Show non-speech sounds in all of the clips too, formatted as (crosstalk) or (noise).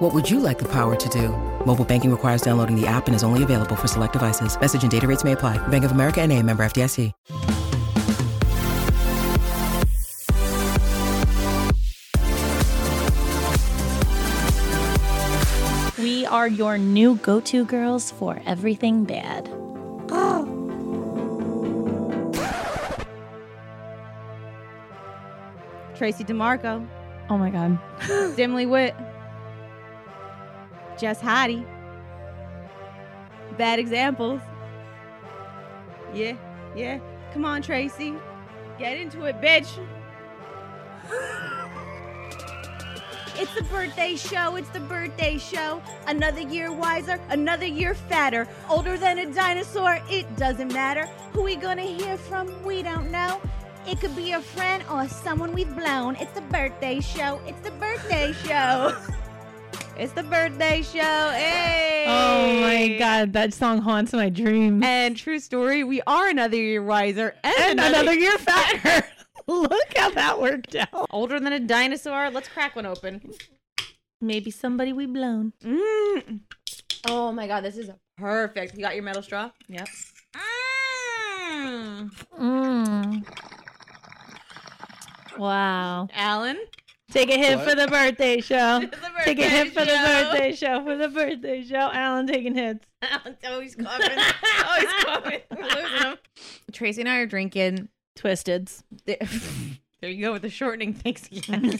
What would you like the power to do? Mobile banking requires downloading the app and is only available for select devices. Message and data rates may apply. Bank of America and a member FDIC. We are your new go to girls for everything bad. Tracy DeMarco, Oh my god. (laughs) Dimly Wit, Jess Hottie. Bad examples. Yeah, yeah. Come on, Tracy. Get into it, bitch. (gasps) It's the birthday show. It's the birthday show. Another year wiser, another year fatter. Older than a dinosaur, it doesn't matter. Who we gonna hear from? We don't know. It could be a friend or someone we've blown. It's the birthday show. It's the birthday show. (laughs) it's the birthday show. Hey. Oh my god, that song haunts my dreams. And true story, we are another year wiser and, And another, another (laughs) year fatter. Look how that worked out. older than a dinosaur. Let's crack one open. Maybe somebody we blown. Mm. Oh my god, this is perfect. You got your metal straw? Yep. Mm. Wow. Alan, Take a hit for the (laughs) birthday show. the Take a hit for the show. birthday show. For the birthday show. Alan taking hits. Alan's (laughs) always coughing. always coughing. Oh, We're losing him. Tracy and I are drinking. Twisteds. There there you go with the shortening. Thanks (laughs) again.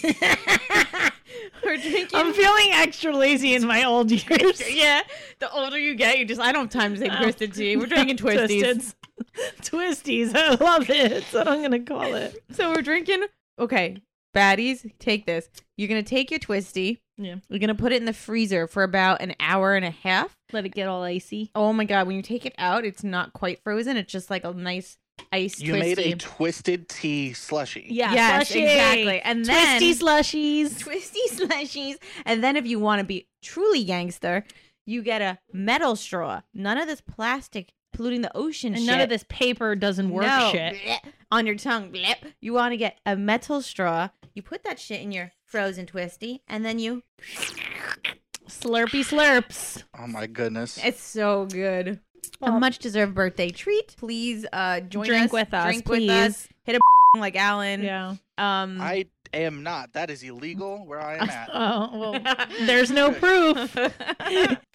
We're drinking. I'm feeling extra lazy in my (laughs) old years. yeah, the older you get, you just I don't have time to take Oh. (laughs) twisted tea. We're drinking twisties. Twisteds. Twisties. I love it. That's what I'm gonna call it. So we're drinking. Okay, baddies, take this. You're gonna take your twisty. Yeah. We're gonna put it in the freezer for about an hour and a half. Let it get all icy. Oh my god, when you take it out, it's not quite frozen. It's just like a nice ice You twisty. made a twisted tea slushy. Yeah, yes, slushy. exactly. And then Twisty slushies. twisty slushies. And then if you want to be truly gangster, you get a metal straw. None of this plastic polluting the ocean And shit. none of this paper doesn't work No. shit. Blech. on your tongue. Blech. You want to get a metal straw. You put that shit in your frozen twisty, and then you. Slurpy slurps. Oh my goodness. It's so good. A Well- much deserved birthday treat. Please uh, join Drink us. with us, Drink with us. (laughs) Hit a like Alan. Yeah. Um. I am not. That is illegal where I uh, am at. Oh well, (laughs) there's no proof. (laughs)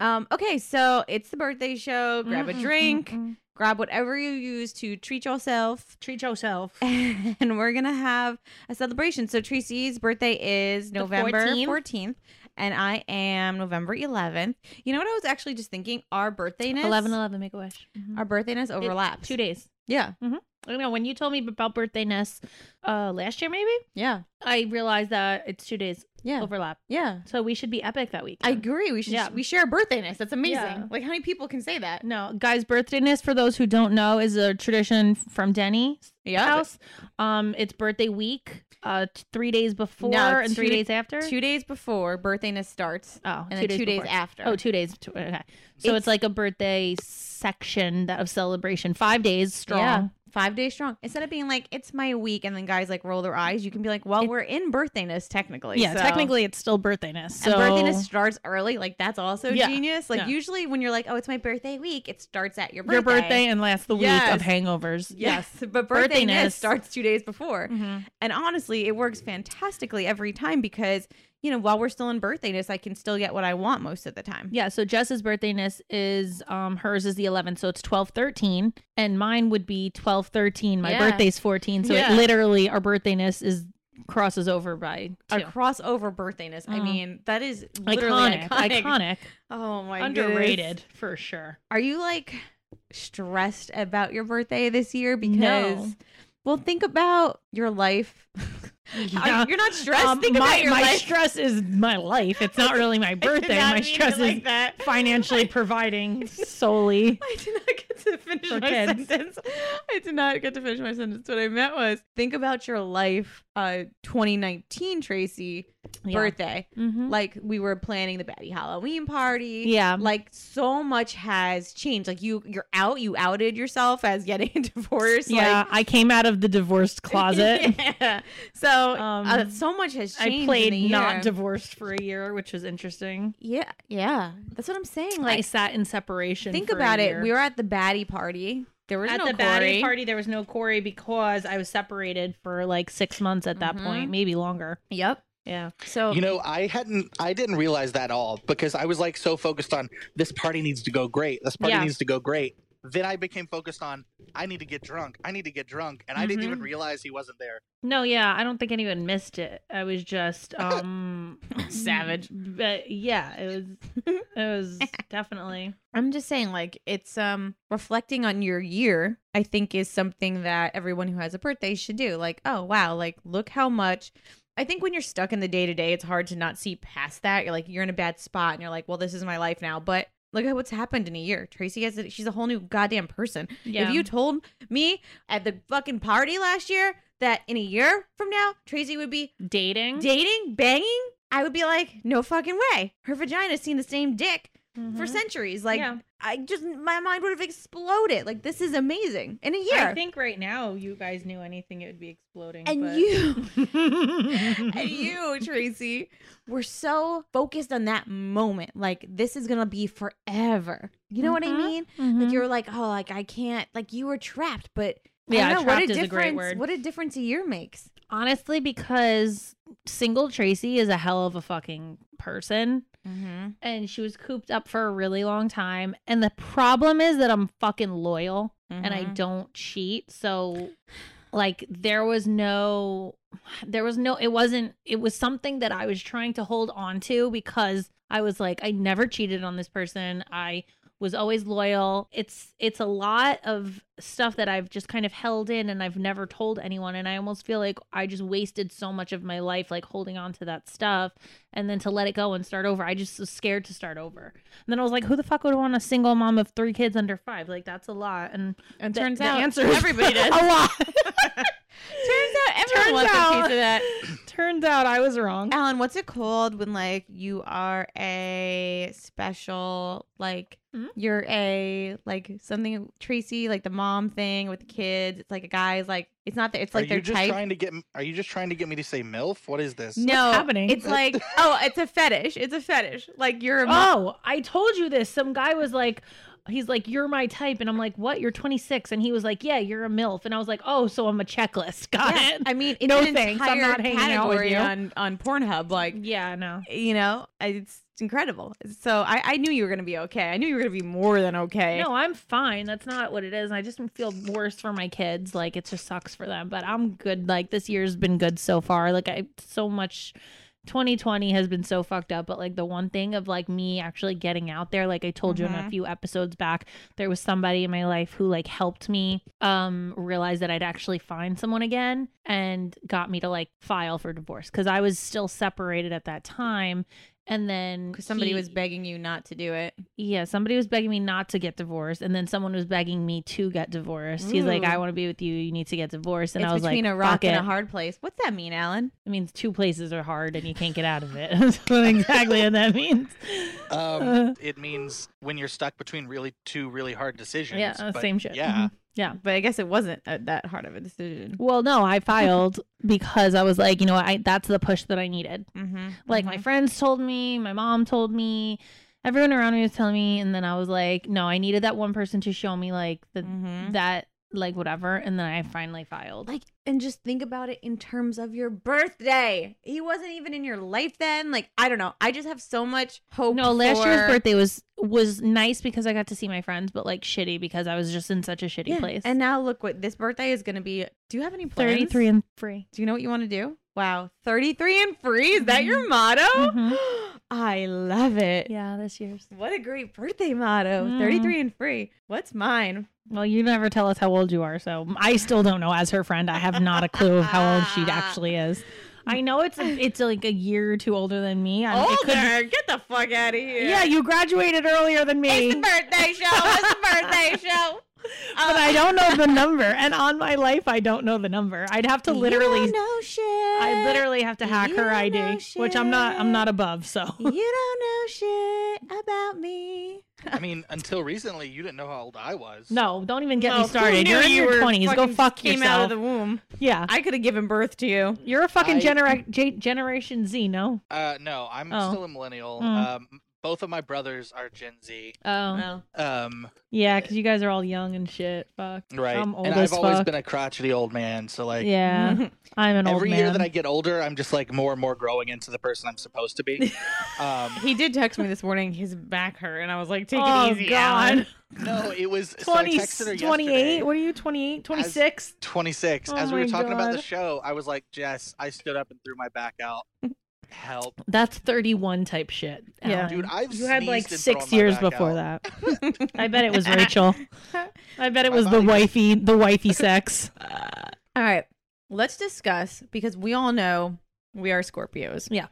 um. Okay, so it's the birthday show. Grab a Mm-hmm. drink. Grab whatever you use to treat yourself. Treat yourself. (laughs) and we're gonna have a celebration. So Tracy's birthday is November 14th. fourteenth, and I am November eleventh. You know what I was actually just thinking? Our birthdayness, 11 11 make a wish. our birthdayness overlaps. Two days. Yeah, Mm-hmm. I don't know. When you told me about birthday ness uh, last year, maybe, yeah, I realized that it's two days yeah, overlap. yeah. So we should be epic that week. I agree. We should Yeah. we share birthdayness. That's amazing. Yeah. Like how many people can say that? No, guys, birthday ness, for those who don't know, is a tradition from Denny's Yeah. house. Um, It's birthday week, uh, t- three days before and three two- days after. Two days before birthiness starts, Oh, and then two days before. after. Oh, two days. Two, okay. So it's, It's- like a birthday section that of celebration. Five days strong. Yeah. Five days strong. Instead of being like, it's my week, and then guys like roll their eyes, you can be like, well, It- we're in birthiness technically. yeah, so- technically it's still birthdaynas. So And birthiness starts early. Like that's also Yeah. genius. Like Yeah. usually when you're like, oh, it's my birthday week, it starts at your birthday. your birthday and lasts the week Yes. of hangovers. Yes, (laughs) Mm-hmm. but Birthiness. birthiness starts two days before. Mhm. And honestly, it works fantastically every time because, you know, while we're still in birthiness, I can still get what I want most of the time. Yeah, so Jess's birthdaynas is um hers is the 11th, so it's 12:13 and mine would be 12:13. My Yeah. birthday's 14, so Yeah. it literally our birthdaynas is crosses over by A two. crossover birthiness. I Mhm. mean, that is literally Iconic, iconic. iconic, (laughs) Oh my goodness. underrated for sure. Are you like stressed about your birthday this year? No. Because, well, think about your life. (laughs) Yeah. You're not stressed. Um, Think my about your my life. stress is my life. It's not really my I did birthday. not My mean (laughs) it stress like is that. financially providing solely. (laughs) I did not get to finish For my kids. sentence. I did not get to finish my sentence. What I meant was think about your life, uh, 2019 Tracy birthday. hmm Like we were planning the Batty Halloween party. Yeah. Like so much has changed. Like you, you're out. You outed yourself as getting (laughs) divorced. yeah, Like, I came out of the (laughs) divorced closet. yeah. So Um, uh, so much has changed. I in the played year. not divorced for a year, which was interesting. Yeah, yeah. That's what I'm saying. I Like sat in separation. think for a about it. year. We were at the Batty party. There was at no the Corey. batty party. There was no Corey because I was separated for like six months at that Mhm. point, maybe longer. Yep. Yeah. So You know, I hadn't, I didn't realize that at all because I was like so focused on this party needs to go great. This party Yeah. needs to go great. Then I became focused on I need to get drunk. I need to get drunk, and I didn't even realize he wasn't there. No, yeah, I don't think anyone missed it. I was (laughs) just um Savage. But yeah, it (laughs) was it was definitely I'm just saying, like, it's um reflecting on your year, I think is something that everyone who has a birthday should do. Like, oh wow, like look how much I think when you're stuck in the day to day, it's hard to not see past that. You're like, you're in a bad spot and you're like, well, this is my life now. But look at what's happened in a year. Tracy has a, she's a whole new goddamn person. yeah. If you told me at the fucking party last year that in a year from now, Tracy would be dating dating, banging, I would be like, no fucking way. Her vagina's seen the same dick for Mhm. centuries. Like Yeah. I just my mind would have exploded. Like this is amazing in a I year. think right now you guys knew anything it would be exploding. and but- (laughs) you (laughs) and you, Tracy, were so focused on that moment. Like this is gonna be forever. You know what Mhm. I mean? Like Mhm. you were like, oh, like I can't. Like you were trapped, but I Yeah, don't know, what a trapped is difference. a great word. What a difference a year makes. honestly because single Tracy is a hell of a fucking person. Mm-hmm. and she was cooped up for a really long time. And the problem is that I'm fucking loyal Mm-hmm. and I don't cheat. So like there was no there was no it wasn't it was something that I was trying to hold on to because I was like I never cheated on this person. I was always loyal. It's it's a lot of stuff that I've just kind of held in and I've never told anyone and I almost feel like I just wasted so much of my life like holding on to that stuff and then to let it go and start over. I just was scared to start over. And then I was like who the fuck would want a single mom of 3 kids under 5? Like that's a lot and And the- turns the out answer is (laughs) everybody does. a lot. Turns out everyone Turns wants a piece out- of that. Turns out I was wrong. Alan, what's it called when like you are a special like Hmm? you're a like something Tracy like the mom thing with the kids. It's like a guy's like it's not that it's like are their you just type. trying to get? m- Are you just trying to get me to say milf? What is this? no, happening? it's (laughs) like oh, it's a fetish. It's a fetish. Like you're a mom. Oh, I told you this. Some guy was like, he's like, you're my type. And I'm like, what? You're 26. And he was like, yeah, you're a MILF. And I was like, oh, so I'm a checklist. (laughs) Got Yeah, it. I mean, it's No an thanks, I'm entire not hanging out with category you. on on Pornhub. Like yeah, no. you know, it's incredible. So I I knew you were gonna be okay. I knew you were gonna be more than okay. No, I'm fine. That's not what it is. I just feel worse for my kids. Like, it just sucks for them. But I'm good. Like, this year's been good so far. Like, I so much. 2020 has been so fucked up, but like the one thing of like me actually getting out there, like I told you in a Mhm. few episodes back, there was somebody in my life who like helped me um realize that I'd actually find someone again and got me to like file for divorce cuz I was still separated at that time and then because somebody he- was begging you not to do it. yeah, somebody was begging me not to get divorced, and then someone was begging me to get divorced. He's like, Ooh. "I want to be with you. You need to get divorced." And it's I was between like, a rock "Fuck and it." a hard place. What's that mean, Alan? It means two places are hard, and you can't get out of it. (laughs) That's what exactly what that means. Um, Uh. it means when you're stuck between really two really hard decisions. Yeah, uh, but same shit. Yeah, Mhm. Yeah. But I guess it wasn't a, that hard of a decision. Well, no, I filed because I was like, you know, what, I that's the push that I needed. Mm-hmm. Like my friends told me, my mom told me, everyone around me was telling me, and then I was like, no, I needed that one person to show me like the, mm-hmm. that like whatever, and then I finally filed. like, and just think about it in terms of your birthday. He wasn't even in your life then. Like, I don't know. I just have so much hope. No, last year's for- birthday was was nice because I got to see my friends, but like shitty because I was just in such a shitty Yeah. place. And now look what this birthday is going to be. Do you have any plans? thirty three and free. Do you know what you want to do? Wow, thirty-three and free. Is that your motto? Mhm. (gasps) I love it. Yeah, this year's. What a great birthday motto. Mm. 33 and free. What's mine? Well, you never tell us how old you are, so I still don't know. As her friend, I have not a clue of how old (laughs) she actually is. I know it's it's like a year or two older than me. I'm, Um, it could- Older, get the fuck out of here. yeah, you graduated earlier than me, It's the birthday show. It's the (laughs) birthday show. but I don't know the number. And on my life, I don't know the number. I'd have to literally, know shit. I literally have to hack You her don't ID, know which I'm not. I'm not above. So You don't know shit about me. I mean, until recently, you didn't know how old I was. no, don't even get No, me Oh, who started. knew You're in you your were twenties. Go fucking fuck came yourself. out of the womb. yeah, I could have given birth to you. you're a fucking I- genera- J- generation Z. No. Uh, no, I'm Oh. still a millennial. Mm. Um, both of my brothers are Gen Z. Oh. Um, Yeah, because you guys are all young and shit. Fuck. right. I'm old and as I've always fuck. been a crotchety old man. So like yeah, I'm an every old man. year that I get older, I'm just like more and more growing into the person I'm supposed (laughs) to be. um, (laughs) He did text me this morning. His back hurt, and I was like, "Take Oh, it easy, God. Alan." no, it was so (laughs) I 20, texted her 28? yesterday. What are you, 28? 26? 26. Oh As we were my talking about the God. show, I was like, Jess, I stood up and threw my back out. Help. (laughs) That's 31 type shit. Yeah. Dude, I've you had like sneezed and six thrown my years back before out. (laughs) that. I bet it was Rachel. (laughs) I bet it My was the body- wifey, the (laughs) wifey sex. All right, let's discuss because we all know we are Scorpios. Yeah.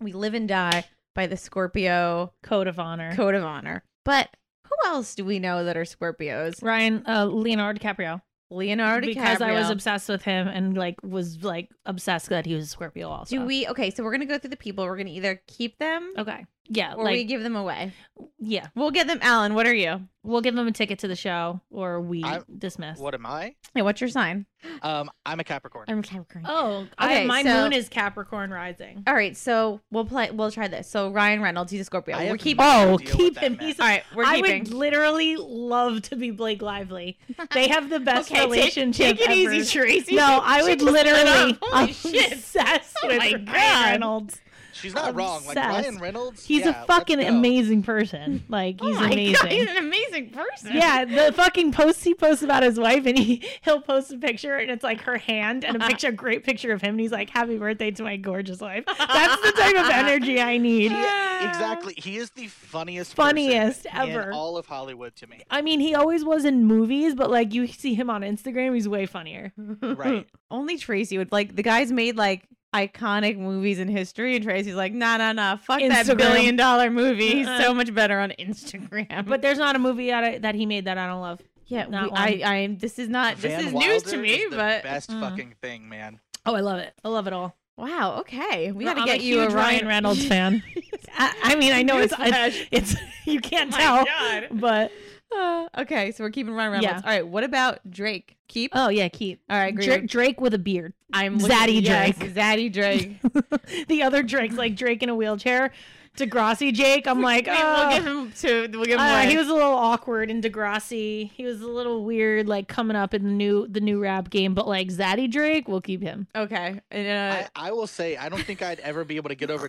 we live and die by the Scorpio Code of honor. code of honor. But who else do we know that are Scorpios? Ryan, uh, Leonardo DiCaprio. Leonardo because DiCaprio. I was obsessed with him and like was like obsessed that he was a Scorpio also. do we? Okay, so we're gonna go through the people. We're gonna either keep them Okay. Yeah. or Oh, like, we give them away. yeah. We'll get them. Alan, what are you? We'll give him a ticket to the show or we I'm- dismiss. What am I? Hey, what's your sign? Um, I'm a Capricorn. I'm Capricorn. Oh, Okay, I, my so- moon is Capricorn rising. All right, so we'll play. We'll try this. So Ryan Reynolds, he's a Scorpio. I We're have keeping. no Oh, idea what keep that him. meant. He's- All right, we're I keeping. would literally love to be Blake Lively. (laughs) They have the best Okay, take- relationship. take it ever. easy, Tracy. No, I (laughs) She would just lit literally. (laughs) up. Holy I'm shit. obsessed Oh with my Ryan God. Reynolds. She's not wrong. Like obsessed. Ryan Reynolds. He's yeah, a let's fucking go. amazing person. Like he's oh my amazing. God, he's an amazing person. (laughs) (laughs) yeah, the fucking posts he posts about his wife, and he he'll post a picture, and it's like her hand (laughs) and a picture, a great picture of him, and he's like, "Happy birthday to my gorgeous wife." That's the type of energy I need. Yeah, exactly. He is the funniest, person Funniest in ever. all of Hollywood to me. (laughs) I mean, he always was in movies, but like you see him on Instagram, he's way funnier. Right. (laughs) Only Tracy would like. The guy's made like iconic movies in history, and Tracy's like, nah, nah, nah. Fuck Instagram. that billion dollar movie. He's Uh-uh. so much better on Instagram. But there's not a movie that I, that he made that I don't love. yeah, not we- one. I, I, this is not. Van this is news Wilder to me. is the But best Mm. fucking thing, man. Oh, I love it. I love it all. wow, okay, we got to I'm get a you huge a Ryan (laughs) Reynolds fan. (laughs) I, I mean, I know it's it's, it's you can't My tell, God. but Uh, okay, so we're keeping Ryan Yeah. Reynolds. All right, what about Drake? Keep. oh yeah, keep All right, Drake, Drake with a beard. I'm Zaddy yes, Drake. Zaddy Drake. the other Drake's like Drake in a wheelchair. Degrassi Jake, I'm like, Wait, oh. we'll give him two. We'll give him Uh, one. he was a little awkward in Degrassi. He was a little weird, like coming up in the new the new rap game. But like Zaddy Drake, we'll keep him. okay. And, uh, I, I will say, I don't think I'd ever be able to get over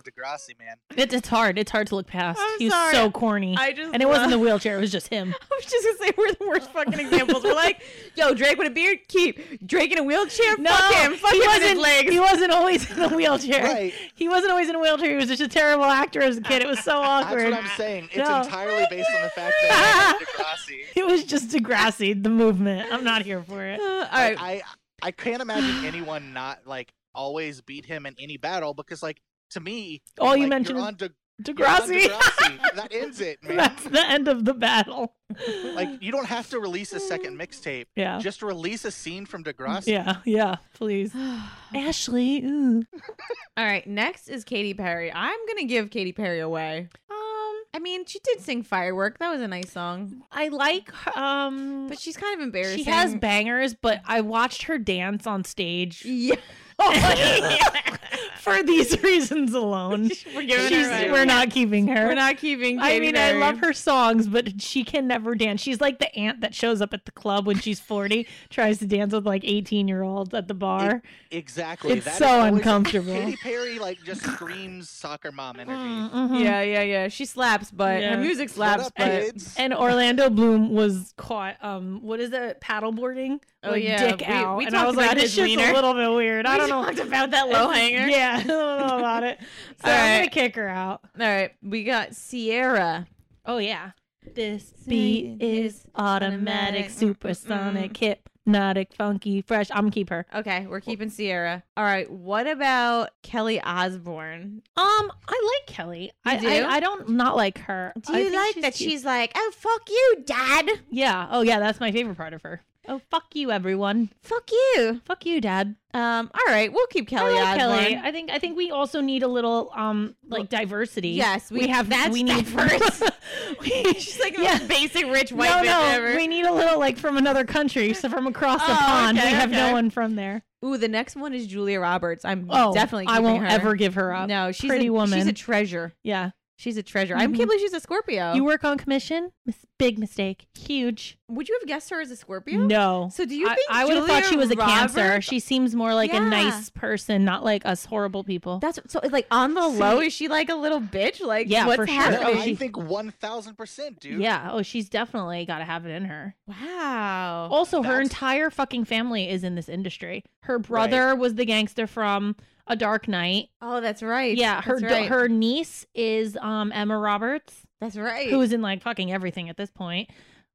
(laughs) Degrassi, man. It, it's hard. It's hard to look past. I'm he was sorry. so corny, I just and it wasn't the love- wheelchair. It was uh, just him. (laughs) I was just gonna say we're the worst fucking examples. We're like, yo, Drake with a beard, keep Drake in a wheelchair, fuck him, (laughs) fuck he him with wasn't. his legs. He wasn't always in a wheelchair. Right. He wasn't always in a wheelchair. He was just a terrible actor as a kid. It was so That's awkward. what I'm saying. It's No. entirely based on the fact that (laughs) I love Degrassi. It was just Degrassi, the movement. I'm not here for it. Uh, (laughs) all right, Like, I I can't imagine anyone not like always beat him in any battle because like to me, All like, you you're mentioned is on De- you're on Degrassi. Degrassi. that (laughs) ends it, man. That's the end of the battle. Like you don't have to release a second mixtape. Uh, mm. Yeah. Just release a scene from Degrassi. Yeah, yeah, (gasps) please. (sighs) Ashley. Ooh. all right. Next is Katy Perry. I'm gonna give Katy Perry away. Um, I mean, she did sing "Firework." That was a nice song, I like her- um but she's kind of embarrassing. she (laughs) has bangers, but I watched her dance on stage (laughs) Yeah. (laughs) for these reasons alone. we're She's, giving her away. we're not keeping her. (laughs) We're not keeping. Katy I mean, I Perry. love her songs, but she can never dance. She's like the aunt that shows up at the club when she's 40, tries to dance with like 18 year olds at the bar. Exactly. It's that is so always- uncomfortable. Katy Perry like just screams soccer mom energy. Mhm. Yeah, yeah, yeah. She slaps, but Yeah. her music What slaps, up, but. kids? And Orlando Bloom was caught. Um, what is that? Paddleboarding? Oh, like, yeah, dick we- out. we and I talked was like, about this his shit's a wiener. little bit weird. I don't know. talked about that low hanger. Yeah, (laughs) I don't know about it. So All I'm right. gonna kick her out. All right, we got Sierra. Oh yeah, This beat is automatic, automatic, supersonic, hypnotic, funky, fresh. I'm gonna keep her. Okay, we're keeping Sierra. All right, what about Kelly Osborne? Um, I like Kelly. I, You do? I I don't not like her. Do I you think like that cute. she's like, oh, fuck you, dad? Yeah. Oh yeah, that's my favorite part of her. Oh fuck you, everyone. Fuck you. Fuck you, Dad. Um, all right, we'll keep Kelly I like Osborne. Kelly. (laughs) I think I think we also need a little um like diversity. Yes, we, we- have that's we need (laughs) diverse. we, She's like the yeah. most basic rich white no, bitch no, ever. we need a little like from another country, so from across the Oh, pond. okay, we have no okay. one from there. Ooh, the next one is Julia Roberts. I'm Oh, definitely. I keeping won't her. ever give her up. No, she's Pretty a, woman. She's a treasure. Yeah, She's a treasure. I Mhm. can't believe she's a Scorpio. you work on commission. Mis- Big mistake. Huge. Would you have guessed her as a Scorpio? No. So do you I, think I would have thought Julia she was a cancer. Roberts- She seems more like a Yeah. nice person, not like us horrible people. That's so like on the See- low. Is she like a little bitch? Like Yeah, what's for sure. No, happening? Oh, I she- think one thousand percent, dude. yeah. Oh, she's definitely got to have it in her. wow. Also, her That's- entire fucking family is in this industry. Her brother was the gangster from A Dark Knight. Oh, that's right. Yeah, her that's da- right. her niece is um Emma Roberts, That's right. who is in like fucking everything at this point.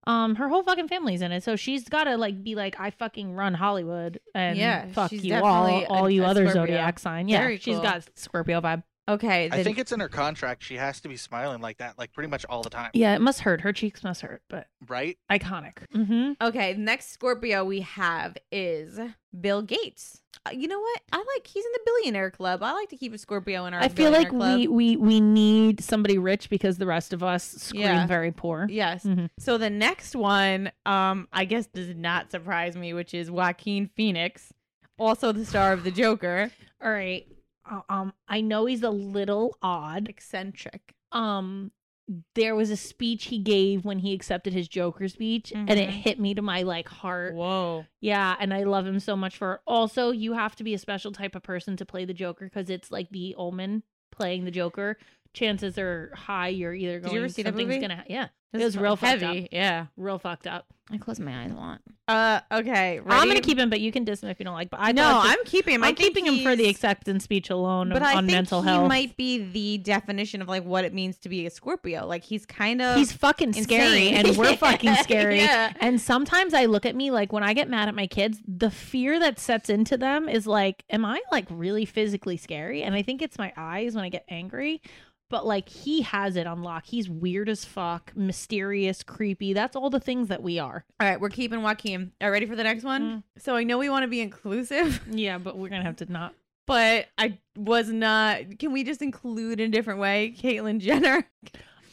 Um, her whole fucking family's in it, so she's got to like be like, I fucking run Hollywood and Yeah, fuck she's you all, definitely a- all you a other Scorpio. zodiac sign. Yeah, Very she's cool. got Scorpio vibe. okay. I then- think it's in her contract. She has to be smiling like that, like pretty much all the time, Yeah, it must hurt. Her cheeks must hurt, but right? iconic. Mm-hmm. Okay, next Scorpio we have is Bill Gates. Uh, you know what? I like he's in the billionaire club. I like to keep a Scorpio in our. I feel like we billionaire club. we we need somebody rich because the rest of us scream Yeah. very poor. Yes. Mhm. So the next one, um, I guess does not surprise me, which is Joaquin Phoenix, also the star (gasps) of the Joker. All right. Uh, Um, I know he's a little odd. Eccentric. Um, there was a speech he gave when he accepted his Joker speech, and it Mhm. hit me to my like heart. Whoa. Yeah, and I love him so much for. Also, you have to be a special type of person to play the Joker because it's like the Omen playing the Joker. Chances are high you're either Did going. you ever see that something's movie? gonna ha- yeah, This was is real fucked heavy. up. Yeah. real fucked up. I close my eyes a lot. Uh. Okay. I'm gonna ready? keep him, but you can diss him if you don't like. But I I no, thought just- I'm keeping him. I I'm think keeping him for the he's- acceptance speech alone But on, I think mental he health. might be the definition of like what it means to be a Scorpio. Like he's kind of He's fucking scary, insane. and we're (laughs) Yeah, (laughs) fucking scary. yeah. And sometimes I look at me like when I get mad at my kids, the fear that sets into them is like, am I like really physically scary? And I think it's my eyes when I get angry. But like he has it on lock. He's weird as fuck, mysterious, creepy. That's all the things that we are. All right, we're keeping Joaquin. All right, ready for the next Mm. one? So I know we want to be inclusive, (laughs) Yeah, but we're gonna have to not. but I was not. Can we just include in a different way? Caitlyn Jenner.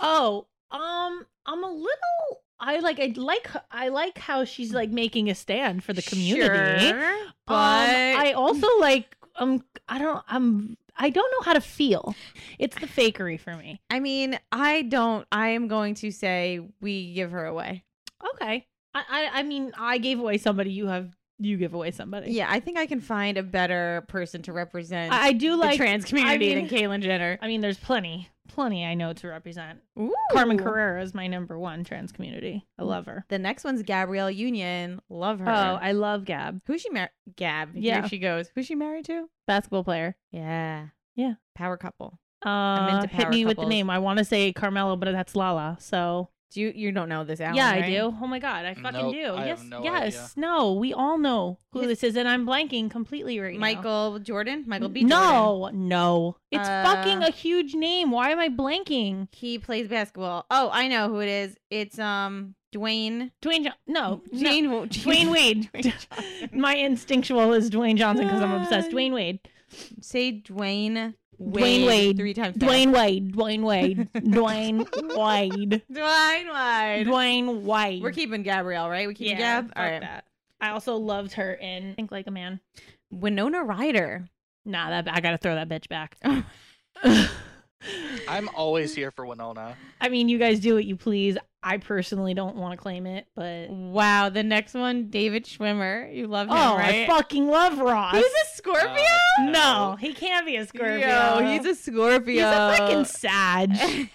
Oh, um, I'm a little. I like. I like. I like how she's like making a stand for the community. Sure, but Um, I also like um I don't I'm I don't know how to feel. It's the fakery for me. I mean, I don't. I am going to say we give her away. Okay. I I, I mean I gave away somebody you have you give away somebody. Yeah, I think I can find a better person to represent I, I do the like trans community mean- than Caitlyn Jenner. I mean there's plenty plenty I know to represent. Ooh. Carmen Carrera is my number one trans community. I love her. The next one's Gabrielle Union. Love her. Oh, I love Gab. Who's she married? Gab. Yeah. Here she goes. Who's she married to? Basketball player. Yeah. Yeah. Power couple. Uh, into hit power me with the couples. name. I want to say Carmelo, but that's Lala. So Do you you don't know this Alan, yeah, I right? do. Oh my god, I fucking Nope, do. I yes, have no yes, idea. no. We all know who Yes. this is, and I'm blanking completely right now. Michael Jordan? Michael B. Jordan. No, no, it's Uh, fucking a huge name. Why am I blanking? He plays basketball. Oh, I know who it is. It's um Dwayne. Dwayne, jo- no, Oh, no. Dwayne. No. Dwayne Wade. (laughs) My instinctual is Dwayne Johnson because I'm obsessed. Uh, Dwayne Wade. (laughs) Say Dwayne. Wade Wade. Three times. Dwayne Wade. Dwayne (laughs) Wade. Dwayne Wade. fast. Dwayne Wade. Dwayne Wade. We're keeping Gabrielle, right? We keep yeah, Gab. fuck that. I also loved her in Think Like a Man. Winona Ryder. Nah, that I gotta throw that bitch (laughs) back. (laughs) I'm always here for Winona. I mean, you guys do what you please. I personally don't want to claim it, but Wow. The next one, David Schwimmer. You love oh, him, right? I fucking love Ross. He's a Scorpio. Uh, no, he can't be a Scorpio. Yo, he's a Scorpio. (laughs) (laughs) he's a freaking Sag.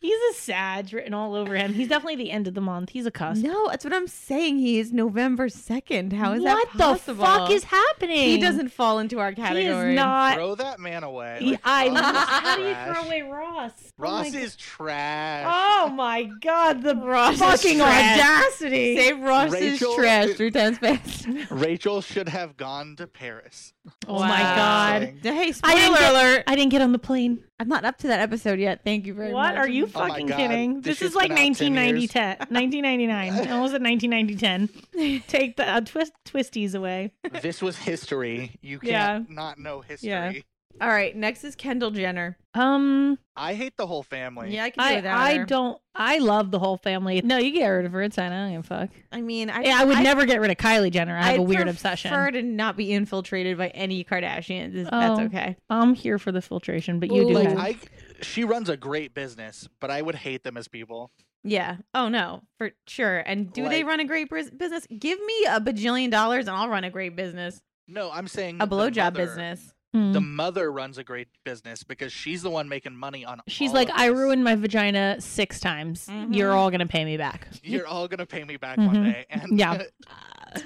He's a Sag written all over him. He's definitely the end of the month. He's a cuss. No, that's what I'm saying. He is November 2nd. How is that what possible? the fuck is happening? He doesn't fall into our He category. is not. Throw that man away. He- Like, I. Ross is (laughs) How do you trash. throw away Ross? Oh my Ross g- is trash. Oh my god, the Ross is fucking trash. audacity! Say Ross Rachel- is trash three times (laughs) fast. Rachel should have gone to Paris. oh my Wow. god. hey, I spoiler didn't get- alert. I didn't get on the plane. I'm not up to that episode yet. Thank you very much. What are you Oh my fucking God. kidding? This This, shit's is like been out 10 1990 years. (laughs) 10, 1999. I was at 1990 10. Take the uh, twist twisties away. This was history. You can't Yeah. not know history. Yeah. All right, next is Kendall Jenner. Um, I hate the whole family. Yeah, I can do I that. I don't. I love the whole family. No, you get rid of her. It's fine. I don't give a fuck. I mean, I, yeah, I would never get rid of Kylie Jenner. I have I'd a weird obsession. prefer to not be infiltrated by any Kardashians. Is- That's Oh. okay. I'm here for the filtration, but you do. Like have- I, she runs a great business, but I would hate them as people. Yeah. Oh no, for sure. And do they Like- run a great bris- business? Give me a bajillion dollars, and I'll run a great business. No, I'm saying A the blowjob mother- business. Hmm. The mother runs a great business because she's the one making money on. She's all like, of I this. ruined my vagina six times. You're Mhm. all gonna pay me back. (laughs) You're all gonna pay me back one Mhm. day. And Yeah. Uh,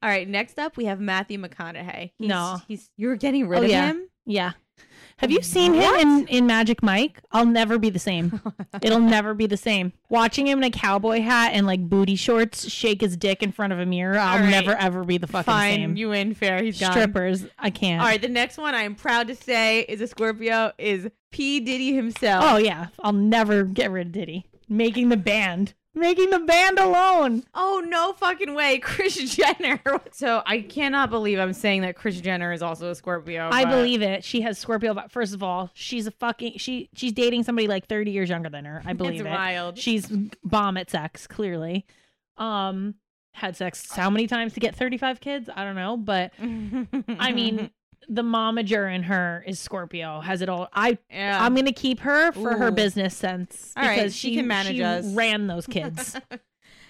all right. Next up, we have Matthew McConaughey. He's, No. he's you're getting rid Oh, of yeah. him. Yeah. Have you seen him in, in Magic Mike? I'll never be the (laughs) same. It'll never be the same. Watching him in a cowboy hat and like booty shorts shake his dick in front of a mirror, I'll All right. never ever be the fucking Fine, same. you win fair. He's gone. Strippers, I can't. All right. The next one I am proud to say is a Scorpio. Is P Diddy himself? Oh yeah, I'll never get rid of Diddy. Making the band, making the band alone. Oh no fucking way, (laughs) Chris Jenner. So I cannot believe I'm saying that Chris Jenner is also a Scorpio. I but- believe it. She has Scorpio. vi- First of all, she's a fucking she. She's dating somebody like thirty years younger than her. I believe it's it. wild. She's bomb at sex, clearly. Um, had sex how many times to get 35 kids? I don't know, but I (laughs) mean, the momager in her is Scorpio, has it all. I Mm-hmm. yeah. I'm gonna keep her for her Ooh. business sense All right, she can manage she us. Ran (laughs) those kids,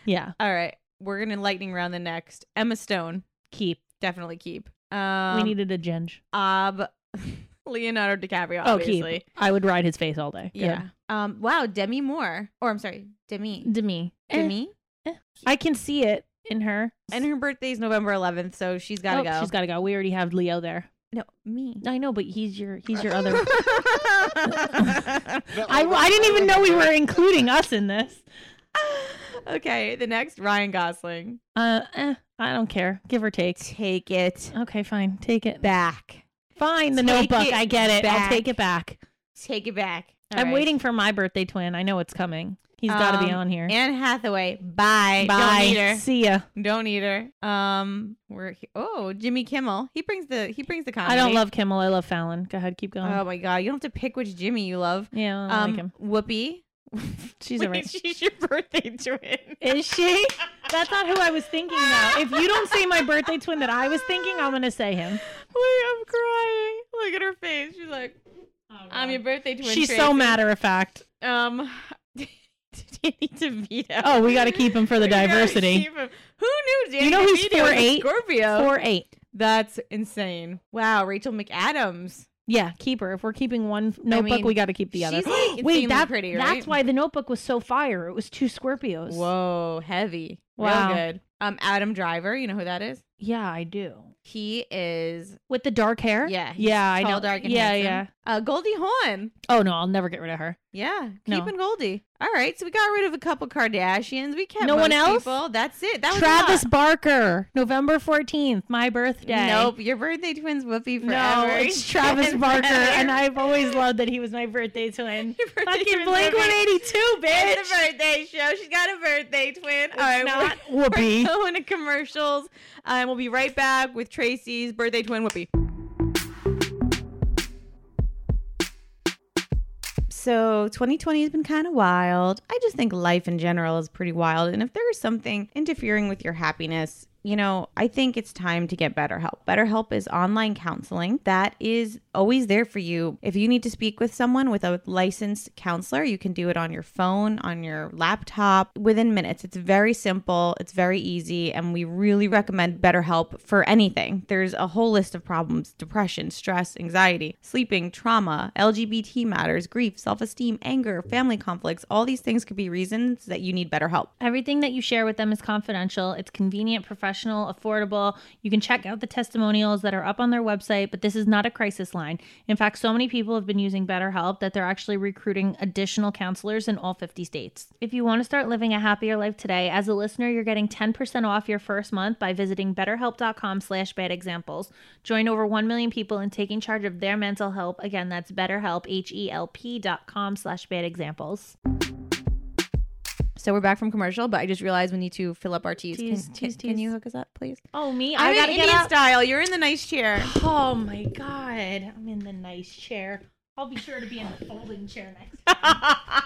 yeah. All right, we're gonna lightning round the next. Emma Stone, Keep. definitely keep. Um, we needed a ginge. Ob (laughs) Leonardo DiCaprio. Oh, obviously. keep. I would ride his face all day. Yeah. Um. Wow. Demi Moore, or I'm sorry, Demi. Demi. Demi. eh. I can see it in her. And her birthday is November 11th, so she's gotta Oh, go. She's gotta go. We already have Leo there. no me. I know, but he's your he's your (laughs) other (laughs) (laughs) No, I, I didn't even know we were including us in this. okay, the next Ryan Gosling. Uh, eh, I don't care. Give or take. Take it Okay, fine. Take it. back. Fine, the Take notebook. it I get it. back. I'll take it back. Take it back. I'm waiting for my birthday twin. I know it's coming. He's got to be Um, on here. Anne Hathaway. Bye. Bye. Don't need her. See ya. (laughs) Don't need her. Um, we're he- oh Jimmy Kimmel. He brings the he brings the comedy. I don't love Kimmel. I love Fallon. Go ahead. Keep going. Oh my god, you don't have to pick which Jimmy you love. yeah, I don't like him. Um, Whoopi. (laughs) She's all right. She's your (laughs) birthday twin. Is she? That's not who I was thinking, though. If you don't say my birthday twin that I was thinking, I'm going to say him. (laughs) Wait, I'm crying. Look at her face. She's like, I'm your birthday twin. She's Tracy." so matter of fact. Um, (laughs) Danny DeVito. Oh, we got to keep him for the (laughs) We gotta diversity. keep him. Who knew Danny You know who's DeVito was a 4'8"? Scorpio. Four eight. That's insane. Wow, Rachel McAdams. Yeah, keep her. If we're keeping one notebook, mean, we got to keep the other. (gasps) she's, like, insanely Wait, that, pretty, right? that's why the notebook was so fire. It was two Scorpios. Whoa, heavy. Wow. Real good. Um, Adam Driver. You know who that is? Yeah, I do. He is. With the dark hair? Yeah. he's Yeah, I tall, know. Dark and yeah, handsome. yeah. Uh, Goldie Hawn. Oh, no, I'll never get rid of her. Yeah, No. keeping Goldie. All right, so we got rid of a couple Kardashians. We kept No one most else? People. That's it. That was a Travis lot. Barker, November 14th, my birthday. Nope, your birthday twins Whoopi forever. No, it's (laughs) Travis Doesn't Barker, matter. and I've always loved that he was my birthday twin. Your birthday Fucking twin's Blink Whoopi. 182, It's bitch. a birthday show. She's got a birthday twin. All right, Not we're (laughs) Whoopi. going to commercials, Uh, and we'll be right back with Tracy's birthday twin Whoopi. So 2020 has been kind of wild. I just think life in general is pretty wild. And if there is something interfering with your happiness, you know, I think it's time to get BetterHelp. BetterHelp is online counseling that is always there for you. If you need to speak with someone with a licensed counselor, you can do it on your phone, on your laptop within minutes. It's very simple, it's very easy, and we really recommend BetterHelp for anything. There's a whole list of problems depression, stress, anxiety, sleeping, trauma, LGBT matters, grief, self esteem, anger, family conflicts. All these things could be reasons that you need BetterHelp. Everything that you share with them is confidential. It's convenient, professional, affordable. You can check out the testimonials that are up on their website, but this is not a crisis line. In fact, so many people have been using BetterHelp that they're actually recruiting additional counselors in all 50 states. If you want to start living a happier life today, as a listener, you're getting 10% off your first month by visiting betterhelp.com slash bad examples. Join over 1 million people in taking charge of their mental health. Again, that's betterhelp, H-E-L-P dot com slash bad examples. So we're back from commercial, but I just realized we need to fill up our teas. Teas, can, teas, can- can teas. you hook us up, please? Oh, me? I'm I in gotta get Indian up. style. You're in the nice chair. Oh my god, I'm in the nice chair. I'll be sure to be in the folding chair next. time.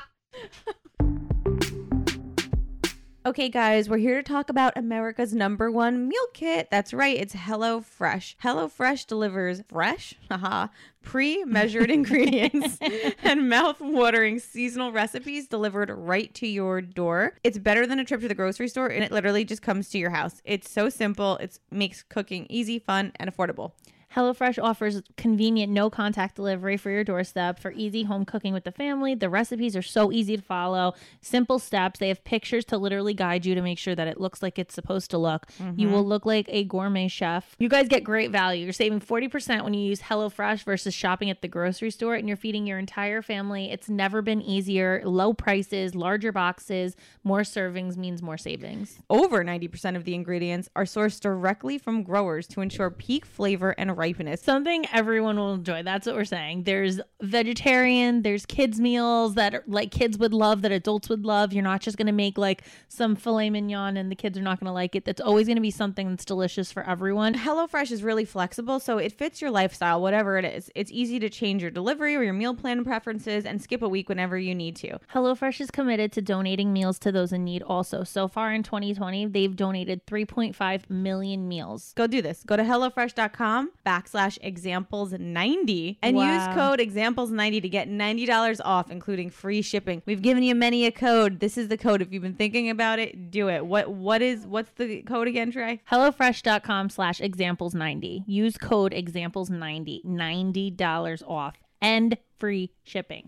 Okay, guys, we're here to talk about America's number one meal kit. That's right, it's HelloFresh. HelloFresh delivers fresh, haha, pre measured ingredients and mouth watering seasonal recipes delivered right to your door. It's better than a trip to the grocery store, and it literally just comes to your house. It's so simple, it makes cooking easy, fun, and affordable. HelloFresh offers convenient no contact delivery for your doorstep for easy home cooking with the family. The recipes are so easy to follow, simple steps. They have pictures to literally guide you to make sure that it looks like it's supposed to look. You will look like a gourmet chef. You guys get great value. You're saving 40% when you use HelloFresh versus shopping at the grocery store, and you're feeding your entire family. It's never been easier. Low prices, larger boxes, more servings means more savings. Over 90% of the ingredients are sourced directly from growers to ensure peak flavor and ripeness. something everyone will enjoy. That's what we're saying. There's vegetarian, there's kids meals that are, like kids would love, that adults would love. You're not just going to make like some filet mignon and the kids are not going to like it. That's always going to be something that's delicious for everyone. HelloFresh is really flexible, so it fits your lifestyle, whatever it is. It's easy to change your delivery or your meal plan preferences and skip a week whenever you need to. HelloFresh is committed to donating meals to those in need also. So far in 2020, they've donated 3.5 million meals. Go do this. Go to HelloFresh.com backslash examples90 and Wow. use code examples90 to get $90 off, including free shipping. We've given you many a code. This is the code. If you've been thinking about it, do it. What what is what's the code again, Trey? HelloFresh.com slash examples90. Use code examples90, $90 off and free shipping.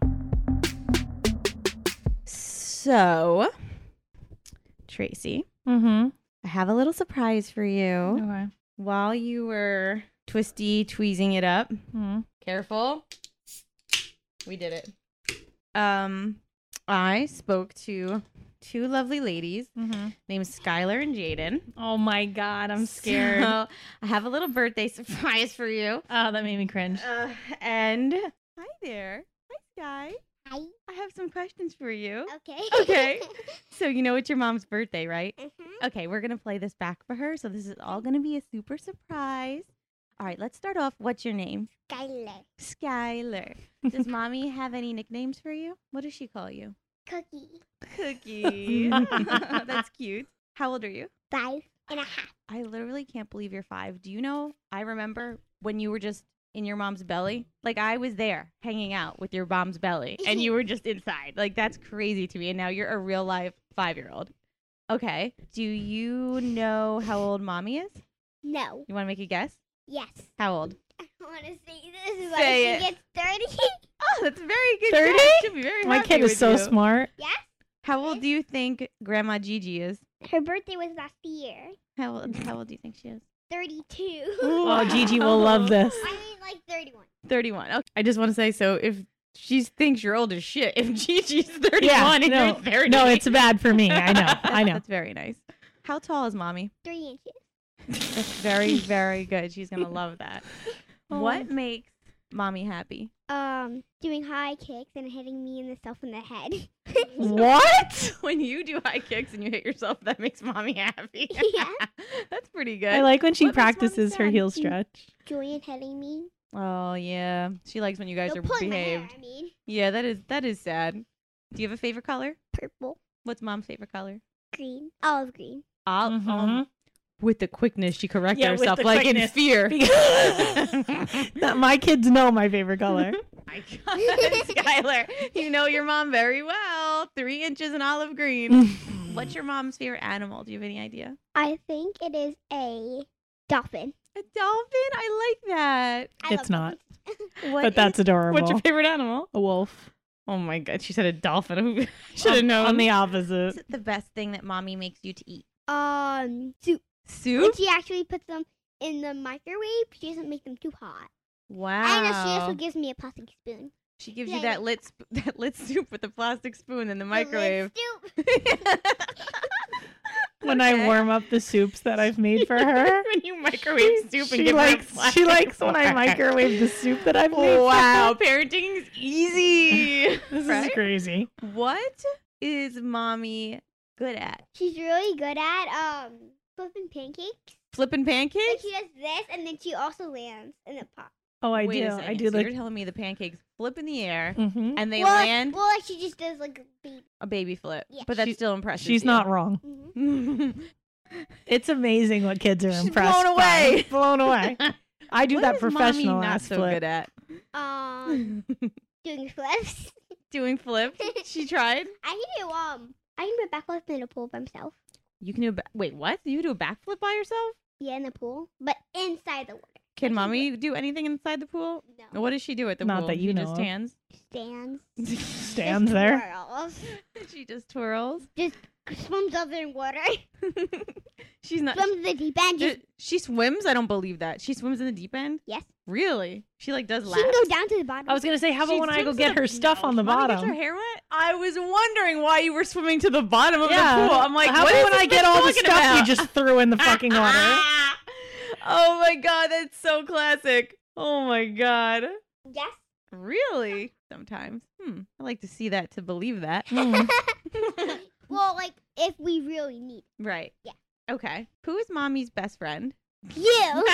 So Tracy, Mm I have a little surprise for you. hmm. Okay. while you were twisty tweezing it up. hmm Careful. We did it. Um I spoke to two lovely ladies Mm-hmm. named Skylar and Jaden. Oh my god, I'm scared. So, (laughs) I have a little birthday surprise for you. oh, that made me cringe. Uh, and hi there. Hi Sky. Hi. I have some questions for you. Okay. (laughs) Okay. So you know it's your mom's birthday, right? Mhm. Okay, we're gonna play this back for her. So this is all gonna be a super surprise. All right, let's start off. What's your name? Skylar. Skylar. Does mommy have any nicknames for you? What does she call you? Cookie. (laughs) Cookie. That's cute. How old are you? Five and a half. I literally can't believe you're five. Do you know? I remember when you were just in your mom's belly. Like I was there hanging out with your mom's belly and you were just inside. Like that's crazy to me. And now you're a real life five year old. Okay. Do you know how old mommy is? No. You want to make a guess? Yes. How old? I want to say this, but Say she gets 30. Oh, that's a very good. 30? guess. She'll be very my happy kid is with so you. smart. (laughs) yes. How old do you think Grandma Gigi is? Her birthday was last year. How old, how old do you think she is? 32. (laughs) Oh, Gigi will (laughs) love this. I mean, like 31. 31. Okay. I just want to say so if she thinks you're old as shit, if (laughs) Gigi's 31 Yeah, and no, you're 30. (laughs) no, it's bad for me. I know. I know. That's very nice. How tall is mommy? Three inches. That's very, very good. She's going to love (laughs) that. What makes mommy happy? Um, doing high kicks and hitting me in the self in the head. (laughs) What? (laughs) When you do high kicks and you hit yourself, that makes mommy (laughs) happy. Yeah. That's pretty good. I like when she What makes mommy practices her sad? heel (laughs) stretch. Julian hitting me. oh, yeah. She likes when you guys No, are pulling my hair, behaved. I mean, Yeah, that is that is sad. Do you have a favorite color? purple, What's mom's favorite color? green, olive green. Ol- Mhm. um, with the quickness she corrected Yeah, with herself, the like quickness. in fear. Not my kids know my favorite (laughs) color. (laughs) My God, Skylar, you know your mom very well. Three inches in olive (laughs) green. What's your mom's favorite animal? Do you have any idea? I think it is a dolphin. A dolphin. I like that. I It's love not, dolphins. (laughs) What but that's adorable. what's your favorite animal? a wolf. Oh my God, she said a dolphin. (laughs) Should have On- known. On the opposite. the best thing that mommy makes you to eat? um soup. Soup. And she actually puts them in the microwave. She doesn't make them too hot. Wow. I know she Oh. also gives me a plastic spoon. She gives Yeah, you yeah. that lit sp- (laughs) that lit soup with the plastic spoon in the The lid microwave. Soup. When Okay. I warm up the soups that I've made for her. (laughs) when you (laughs) microwave she soup and give likes, her a (laughs) plastic She likes when I fork. microwave the soup that I've made. for (laughs) Wow, parenting is easy. her. (laughs) This Right? is crazy. What is mommy good at? She's really good at um flipping pancakes. Flipping Like pancakes? she does this, and then she also lands in the pot. Oh, I Wait do. a I second, do so like. you're telling me the pancakes flip in the air Mhm. and they well, like- land Well, like she just does like a baby. a baby flip. Yeah. But that's She- still impressive. She's (laughs) not wrong. Mhm. It's amazing what kids are She's impressed. blown by. away. (laughs) Blown away. I do What that is mommy professional not ass so flip. good at (laughs) Um, doing flips. (laughs) doing (laughs) flip. She tried. I can do um. I can do a backflip in a pool by myself. You can do a ba- wait. What? You do a backflip by yourself? Yeah, in the pool, but inside the water. Can can mommy do anything inside the pool? No, What does she do at the Not pool? that you she know just of. stands. (laughs) (laughs) stands. she Stands there. (laughs) Twirls. just twirls. (laughs) Swims up in water. She's not. Swims to the deep end. Just, Th- she swims. I don't believe that. She swims in the deep end. yes. Really? She like does She laps. can go down to the bottom. I was gonna say, how about She when I go swims get in the- her stuff No, on the mommy gets bottom? her hair wet? I was wondering why you were swimming to the bottom of the pool. I'm like, how what about is when this I get bitch all the talking stuff about? you (laughs) just threw in the fucking water? oh my god, that's so classic. Oh my god. Yes. (laughs) Really? Sometimes. Hmm. I like to see that to (laughs) believe that. Hmm. (laughs) well, like if we really need Right. Yeah. Okay. Who is mommy's best friend? you. (laughs)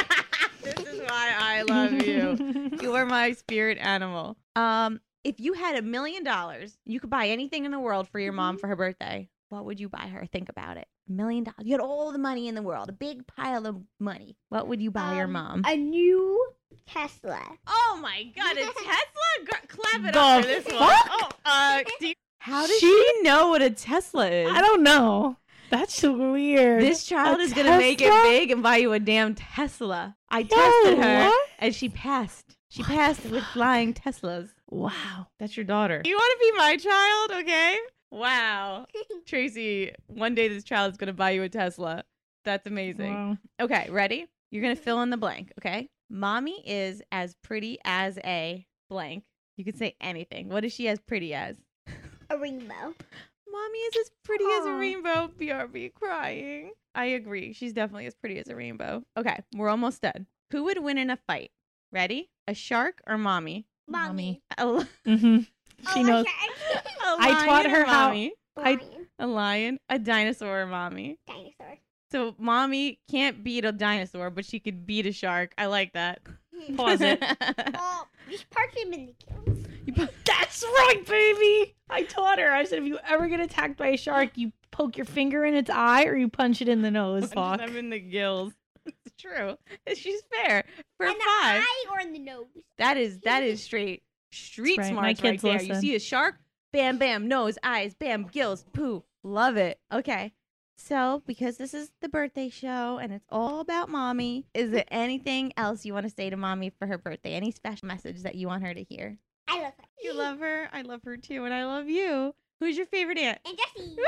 this is why I (laughs) love you. You are my spirit animal. Um, if you had a million dollars, you could buy anything in the world for your mom for her birthday. What would you buy her? Think about it. A million dollars. You had all the money in the world, a big pile of money. What would you buy your Um, mom? a new Tesla. oh my god, a Tesla! Gr- Clap it The up for this one. fuck? Oh, uh, do you- how does she, She- know what a Tesla is? I don't know. That's so weird. This child A is gonna make it Tesla? big and buy you a damn Tesla. I Yo, tested her what? and she passed. She passed with flying Teslas. Wow. That's your daughter. You want to be my child, okay? (laughs) Wow, Tracy. One day this child is gonna buy you a Tesla. That's amazing. Wow. Okay, ready? You're gonna fill in the blank. Okay. Mommy is as pretty as a blank. You can say anything. What is she as pretty as? a rainbow. Mommy is as pretty as a Aw. rainbow. BRB crying. I agree. She's definitely as pretty as a rainbow. Okay, we're almost done. Who would win in a fight? Ready? A shark or mommy? (laughs) Mommy. A, li- hmm She Oh, knows. okay. (laughs) a lion I taught her or how- mommy? I- Lion. A lion, a dinosaur or mommy. dinosaur. So mommy can't beat a dinosaur, but she could beat a shark. I like that. Hmm. Pause (laughs) it. well, just park him in the cage. That's right, baby. I taught her. I said, if you ever get attacked by a shark, you poke your finger in its eye or you punch it in the nose. Punch Fuck. them in the gills. It's true. She's fair. For in the five. eye or in the nose. That is that is straight street right. My smarts right kids there. You listen. see a shark, bam, bam, nose, eyes, bam, gills, poo. Love it. Okay. So because this is the birthday show and it's all about mommy, is there anything else you want to say to mommy for her birthday? Any special message that you want her to hear? I love her. You love her. I love her too, and I love you. Who's your favorite (laughs) aunt? (laughs) And Jesse. (laughs)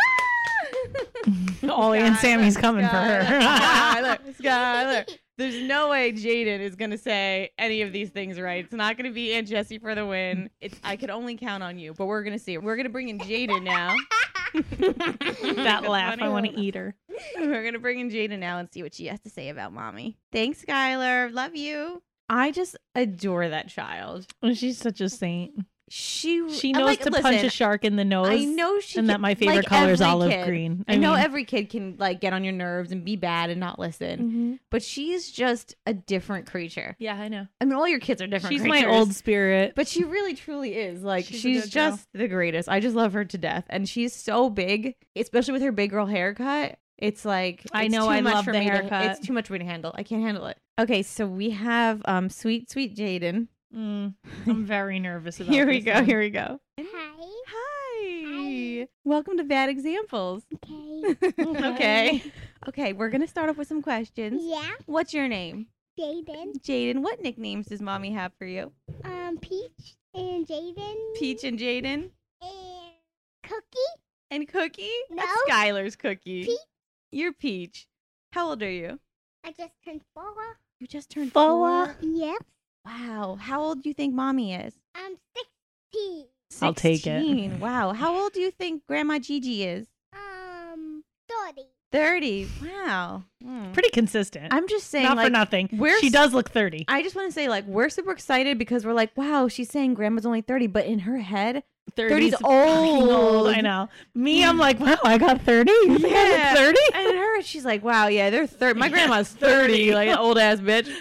Oh, and Skylar, Sammy's coming for (laughs) her. Skylar, Skylar, Skylar. There's no way Jaden is gonna say any of these things right. It's not gonna be Aunt Jessie for the win. It's I could only count on you, but we're gonna see. We're gonna bring in Jaden now. (laughs) that laugh. I want to eat her. We're gonna bring in Jaden now and see what she has to say about mommy. Thanks, Skylar. Love you. I just adore that child. Oh, she's such a saint. She She knows to punch a shark in the nose. I know she and that can- my favorite like color is every olive kid. green. I, I (laughs) know mean- every kid can like get on your nerves and be bad and not listen. Mm. Mm-hmm. but she's just a different creature. Yeah, I know. I mean, all your kids are different. She's my creatures, old spirit. but she really truly is. Like she's, She's a good girl. just the greatest. I just love her to death, and she's so big, especially with her big girl haircut. It's like I it's know, Too I much love for the me to- haircut. it's too much for me to handle. I can't handle it. Okay, so we have um sweet sweet Jaden. (laughs) Mm, I'm very nervous about Here we this go. one. Here we go. (laughs) Hi. Hi. Welcome to (laughs) Bad Examples. (laughs) Okay. okay. Okay, we're gonna start off with some questions. yeah, What's your name? Jaden. Jaden. What nicknames does mommy have for you? Um, Peach and Jaden. Peach and Jaden. And Cookie. And Cookie? That's No. Skylar's cookie. Peach. You're Peach. How old are you? I just turned four. You just turned Four. four. Yep. Wow. How old do you think mommy is? I'm sixteen. I'll take it. (laughs) 16. Wow. How old do you think Grandma Gigi is? Um, thirty. 30. Wow. Hmm. Pretty consistent. I'm just saying, not like, for nothing. we're she s- does look 30. I just want to say, like, we're super excited because we're like, wow, she's saying grandma's only 30, but in her (laughs) head, 30's fucking old. I know. Me, I'm like, wow, I got 30. You think I look Yeah. 30? and in her, she's like, wow, yeah, they're 30. My Yeah, (laughs) grandma's 30, like, an old ass bitch.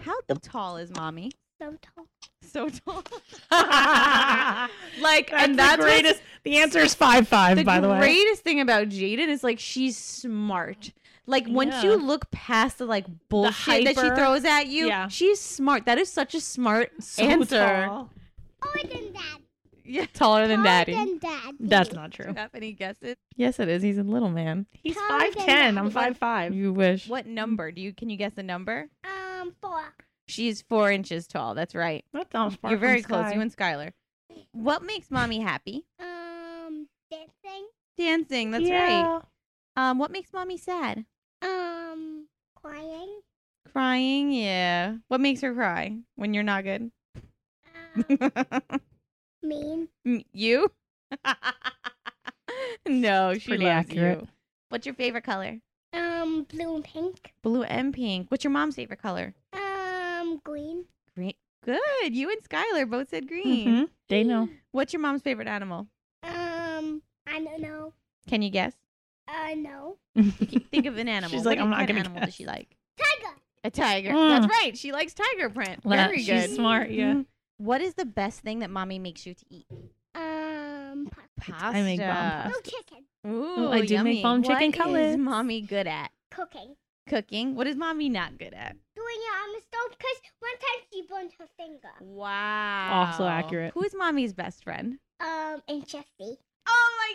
How tall is mommy? So tall. So (laughs) tall. that's like, and (laughs) the that's what's- greatest. The answer is five five. the by the way. greatest thing about Jaden is like she's smart. Like once Yeah. you look past the like bullshit that she hyper- throws at you, Yeah. she's smart. That is such a smart So answer. tall. Taller than dad. (laughs) Yeah, taller than Taller daddy. Than dad. That's not Do you true. have any guesses? Yes, it is. He's a little man. He's Taller five than ten. I'm daddy. five five. You wish. What number do you? Can you guess the number? Um, four. She's four inches tall. That's right. That's not You're very close. You and Skylar. What makes mommy happy? Um, dancing. Dancing. That's right. Um, what makes mommy sad? Um, crying. Crying. Yeah. What makes her cry when you're not good? Um, mean. M- You? (laughs) no, she pretty loves accurate. you. What's your favorite color? Um, blue and pink. Blue and pink. What's your mom's favorite color? Um, green. Green. Good. You and Skylar both said green. hmm They know. What's your mom's favorite animal? Um, I don't know. Can you guess? Uh, no. Think of an (laughs) animal. She's like, What "I'm not kind of gonna animal does guess." she like? Tiger. A tiger. Mm. That's right. She likes tiger print. That- Very she's good. smart, yeah. Mhm. What is the best thing that mommy makes you to eat? Um, pa- Pasta. make bomb no chicken. Ooh, I do make yummy. bomb chicken What is cutlets. mommy good at? Cooking. Cooking. What is mommy not good at? Doing it on the stove because one time she burned her finger. Wow. accurate. Who is mommy's best friend? Um, and Jesse. Oh my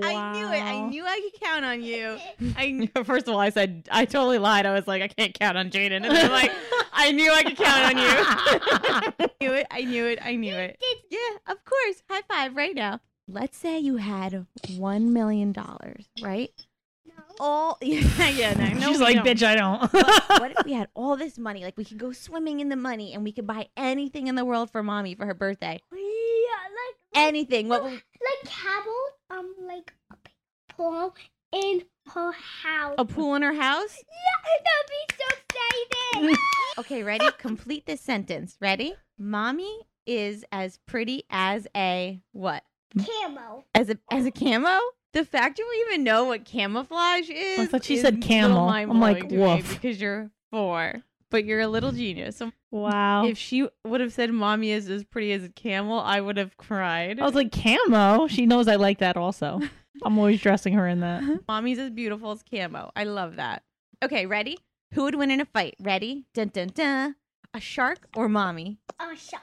god! I knew it. I Wow. knew I could count on (laughs) you. (laughs) I (laughs) first of all, I said I totally lied. I was like, I can't count on Jaden, and (laughs) then like I knew I could count on you. (laughs) I knew it. I knew it. I knew it. Did (laughs) Yeah, of course. High five right now. Let's say you had one million dollars, right? no. All (laughs) yeah, yeah. No, no, She's we like, don't. bitch, I don't. (laughs) (laughs) But (laughs) what if we had all this money? Like we could go swimming in the money, and we could buy anything in the world for mommy for her birthday. Yeah, like like, Anything. What? would- like Cabell, um, like a p- pool in her house. A pool in her house? Yeah, (laughs) that'd be so exciting. Okay, ready? Complete this sentence. Ready? Mommy is as pretty as a what? Camo. As a as a camo? The fact you even know what camouflage is. thought she is said a little camel. I'm like, mind-blowing to me woof. Because you're four, but you're a little genius. So wow. if she would have said mommy is as pretty as a camel, I would have cried. I was like, camo. She knows I like that (laughs) also. I'm always dressing her in that. Mommy's as beautiful as camo. I love that. Okay, ready? Who would win in a fight? Ready? Dun dun dun. A shark or mommy? Oh, shark.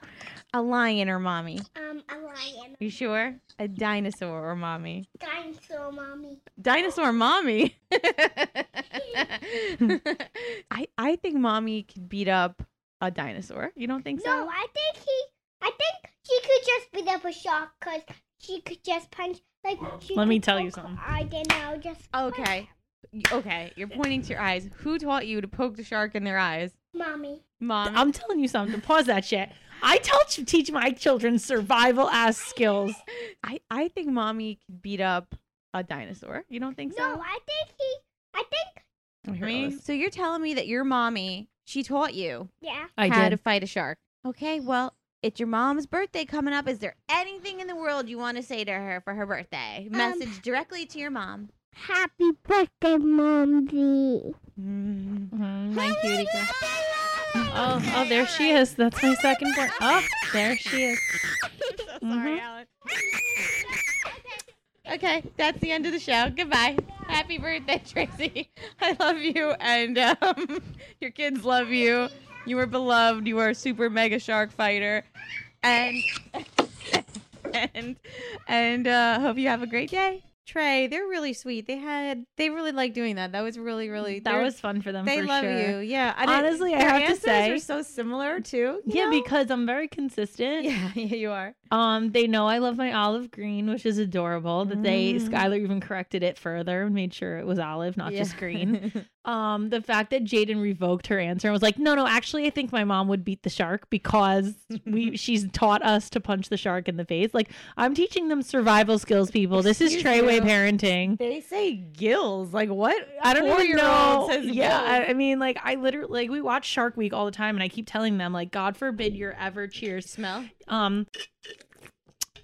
A lion or mommy? Um, a lion. You sure? A dinosaur or mommy? Dinosaur mommy. Dinosaur mommy. (laughs) I I think mommy could beat up a dinosaur. You don't think No, so? I think he. I think she could just beat up a shark because she could just punch. Like she Let me could tell you poke her something. eye, then I'll just. punch Okay. her. Y- Okay, you're pointing to your eyes. Who taught you to poke the shark in their eyes? Mommy. Mom. I'm telling you something. Pause that shit. I tell teach my children survival ass skills. I I think mommy could beat up a dinosaur. You don't think No, I think he. I think. so? Me? So you're telling me that your mommy, she taught you Yeah. I how to fight a shark. Okay, well, it's your mom's birthday coming up. Is there anything in the world you want to say to her for her birthday? Message directly to your mom. Happy birthday, mommy. Mm, Mm-hmm. my cutie (laughs) girl. Oh, oh, there she is. That's my second born. Oh, there she (laughs) is. so Mm-hmm. sorry, Alan. Okay, that's the end of the show. Goodbye. Bye. happy birthday, (laughs) Tracy. I love you, and um, (laughs) your kids love you. You are beloved. You are a super mega shark fighter, and (laughs) and and uh, hope you have a great day. Trey, they're really sweet. They had they really like doing that. That was really really That they're- was fun for them. they for love sure. you. Yeah, I didn't- Honestly, I their have to answers say, are so similar too. you yeah, know? because I'm very consistent. (laughs) yeah, yeah, you are. Um, they know I love my olive green, which is adorable. That they Mm. Skylar even corrected it further and made sure it was olive, not just green. Um, the fact that Jaden revoked her answer and was like, "No, no, actually, I think my mom would beat the shark because (laughs) we she's taught us to punch the shark in the face." Like, I'm teaching them survival skills, people. This is Excuse Treyway you. parenting. (laughs) They say gills. Like what? I don't even know. Says yeah, gills. I, I mean, like I literally like we watch Shark Week all the time, and I keep telling them like, God forbid you're ever cheers. smell. Um,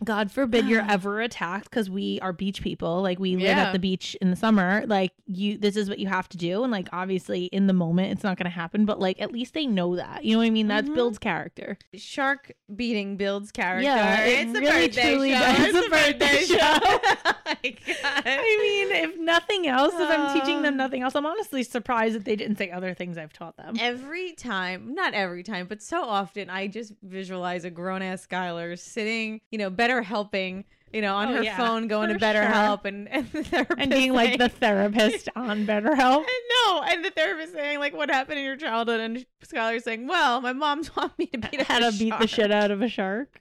God forbid (sighs) you're ever attacked because we are beach people. Like we live Yeah. at the beach in the summer. Like you, this is what you have to do. And like obviously in the moment, it's not going to happen. But like at least they know that. You know what I mean? That Mhm. builds character. Shark beating builds character. Yeah, it it's a really birthday truly show. does. It's a birthday show. (laughs) (laughs) oh my I mean, if nothing else, if I'm teaching (sighs) them Um, nothing else, I'm honestly surprised that they didn't say other things I've taught them. Every time, not every time, but so often, I just visualize a grown ass Skylar sitting, you know, better helping, you know, on Oh, her yeah, phone, going to for better sure. help, and and (laughs) the therapist and being like saying- the therapist on BetterHelp. (laughs) And no, and the therapist saying like, "What happened in your childhood?" And Skylar saying, "Well, my mom (laughs) taught me to beat up How to a beat the shark. shit out of a shark.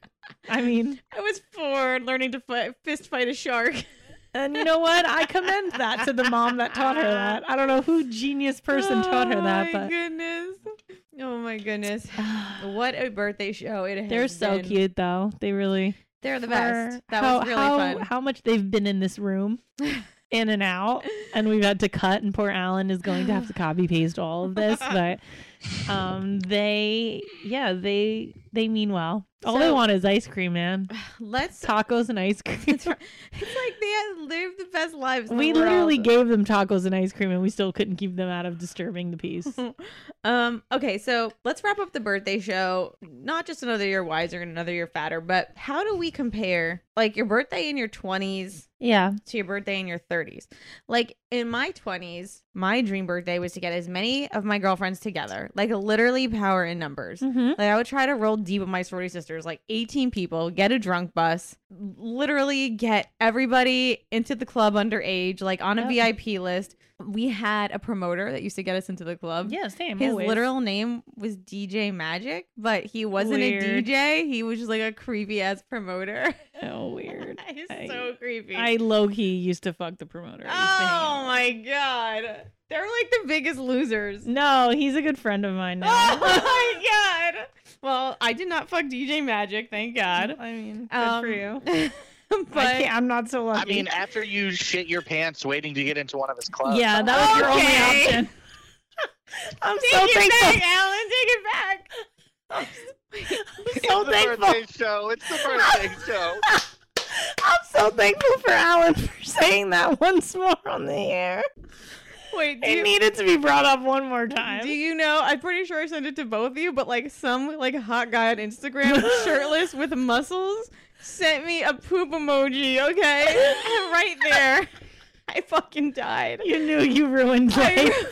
I mean, I was four, learning to fight, fist fight a shark. and you know what? I commend that to the mom that taught her that. I don't know who genius (laughs) person taught her Oh that, my but goodness! Oh my (sighs) goodness! What a birthday show it has they're so been. cute though. They really They're the best. are. That How- was really how- fun. How much they've been in this (laughs) room. In and out, and we've had to cut, and poor Alan is going to have to copy paste all of (laughs) this. But um, they, yeah, they they mean well. All I So- want is ice cream, (laughs) man. Let's Tacos and ice cream. It's like they live the best lives. in (laughs) the We literally world. gave them tacos and ice cream, and we still couldn't keep them out of disturbing the (laughs) peace. Um. Okay. So let's wrap up the birthday show. Not just another year wiser and another year fatter, but how do we compare like your birthday in your twenties yeah. to your birthday in your thirties? Like in my twenties, my dream birthday was to get as many of my girlfriends together, like literally power in numbers. Mm-hmm. Like I would try to roll deep with my sorority sisters, like 18 people, get a drunk bus, literally get everybody into the club underage, like on a VIP list. We had a promoter that used to get us into the club. Yeah, same. His always. literal name was DJ Magic, but he wasn't Weird. a DJ. He was just like a creepy ass promoter. (laughs) Oh, weird. (laughs) He's I- so creepy. I low key used to fuck the promoter. I used to hang out oh my god. They're like the biggest losers. with- (laughs) No, he's a good friend of mine Oh (laughs) now. (laughs) my god. Well, I did not fuck DJ Magic, thank (laughs) God. I mean, good Um, for (laughs) you. I but can't, I'm not so lucky. I mean, uh, after you shit your pants waiting to get into one of his clubs. yeah, that was your only Okay. (laughs) option. (laughs) I'm take so it thankful. back, Alan. Take it back. (laughs) it's the birthday show. It's the birthday (laughs) show. I'm so thankful for Alan for saying that once more on the air. Wait, do It you, needed to be brought up one more time. do you know? I'm pretty sure I sent it to both of you, but like some like hot guy (laughs) on Instagram, shirtless with muscles, sent me a poop emoji. Okay, (laughs) right there. I fucking died. (laughs) You knew you ruined life. (laughs) I-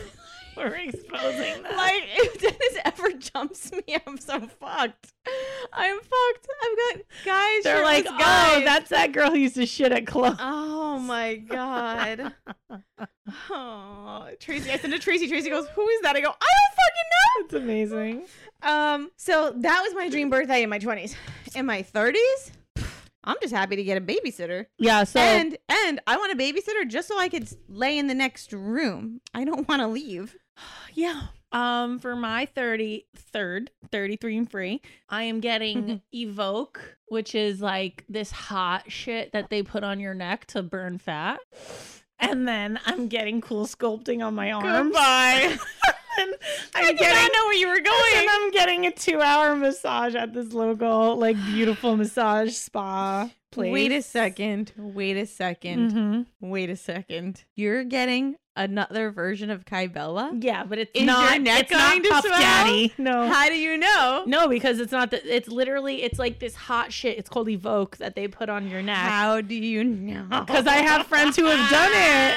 We're exposing that. Like if Dennis ever jumps me, I'm so fucked. I'm fucked. I've got guys. They're like, shirtless oh, guys. that's that girl who used to shit at clubs. Oh (laughs) my god. Oh, Tracy. I sent it to Tracy. Tracy goes, "Who is that?" I go, "I don't That's amazing. fucking know." Um, so that was my dream birthday in my 20s. (sighs) In my 30s, (sighs) I'm just happy to get a babysitter. Yeah, so and and I want a babysitter just so I could s- lay in the next room. I don't want to leave. yeah. Um, for my 30, third, 33 and free, I am getting Evoke, which is like this hot shit that they put on your neck to burn fat. And then I'm getting cool sculpting on my arms. (laughs) (laughs) Goodbye. And I I'm did not getting know where you were and going. I'm getting a two hour massage at this local, like beautiful massage spa place. Wait a second. Wait a 2nd Mhm. Wait a second. You're getting another version of Kybella? Yeah, but it's Is your not neck it's not going to Puff swell? Daddy. No. How do you know? No, because it's not that. It's literally it's like this hot shit. It's called Evoke that they put on your neck. How do you know? Because I have friends who have done it,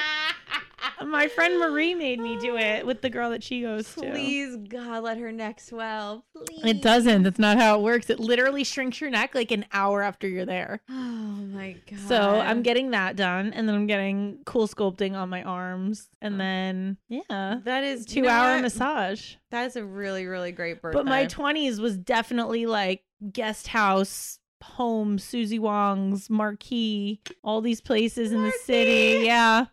My friend Marie made me do it with the girl that she goes to. Please, God, let her neck swell. Please. (sighs) It doesn't. That's not how it works. It literally shrinks your neck like an hour after you're there. Oh my God. So I'm getting that done, and then I'm getting cool sculpting on my arms, and then yeah, That is two hour massage. massage. That is a really, really great birthday. But my 20s was definitely like guest house, home, Susie Wong's, Marquee, all these places in the city. Marquee. Yeah.